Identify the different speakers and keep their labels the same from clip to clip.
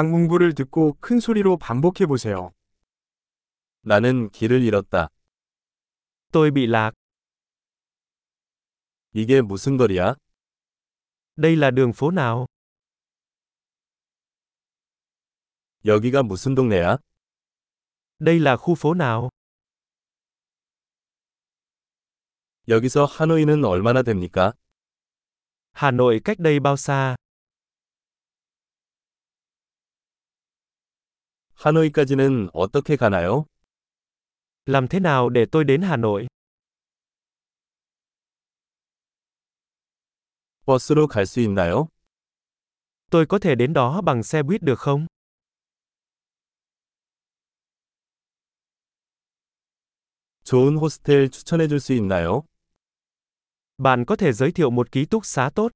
Speaker 1: 강문부를 듣고 큰 소리로 반복해 보세요.
Speaker 2: 나는 길을 잃었다.
Speaker 3: Tôi bị lạc.
Speaker 2: 이게 무슨 거리야?
Speaker 3: Đây là đường phố nào?
Speaker 2: 여기가 무슨 동네야?
Speaker 3: Đây là khu phố nào?
Speaker 2: 여기서 하노이는 얼마나 됩니까?
Speaker 3: Hà Nội cách đây bao xa?
Speaker 2: 하노이까지는 어떻게 가나요?
Speaker 3: Làm thế nào để tôi đến Hà Nội?
Speaker 2: 버스로 갈 수 있나요?
Speaker 3: Tôi có thể đến đó bằng xe buýt được không?
Speaker 2: 좋은 호스텔 추천해 줄 수 있나요?
Speaker 3: Bạn có thể giới thiệu một ký túc xá tốt.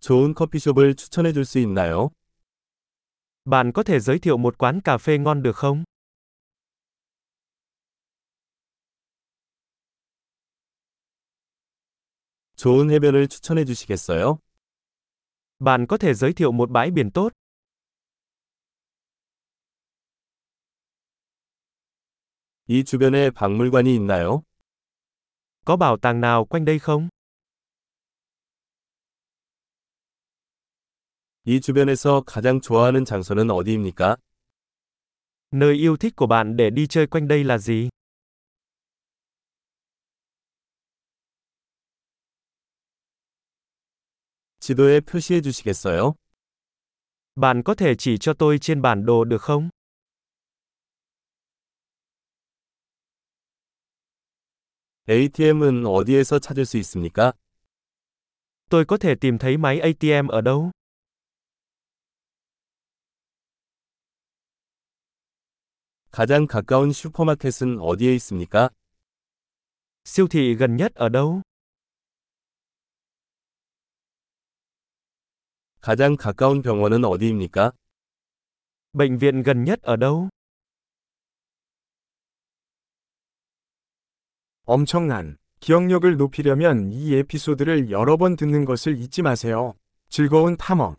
Speaker 2: 좋은 커피숍을 추천해 줄 수 있나요?
Speaker 3: Bạn có thể giới thiệu một quán cà phê ngon được không?
Speaker 2: 좋은 해변을 추천해 주시겠어요?
Speaker 3: Bạn có thể giới thiệu một bãi biển tốt.
Speaker 2: 이 주변에 박물관이 있나요?
Speaker 3: Có bảo tàng nào quanh đây không?
Speaker 2: 이 주변에서 가장 좋아하는 장소는 어디입니까?
Speaker 3: Nơi yêu thích của bạn để đi chơi quanh đây là gì?
Speaker 2: 지도에 표시해 주시겠어요?
Speaker 3: Bạn có thể chỉ cho tôi trên bản đồ được không?
Speaker 2: ATM은 어디에서 찾을 수 있습니까?
Speaker 3: Tôi có thể tìm thấy máy ATM ở đâu?
Speaker 2: 가장 가까운 슈퍼마켓은 어디에 있습니까?
Speaker 3: Siêu thị gần nhất ở đâu?
Speaker 2: 가장 가까운 병원은 어디입니까?
Speaker 3: Bệnh viện gần nhất ở đâu?
Speaker 1: 엄청난 기억력을 높이려면 이 에피소드를 여러 번 듣는 것을 잊지 마세요. 즐거운 탐험.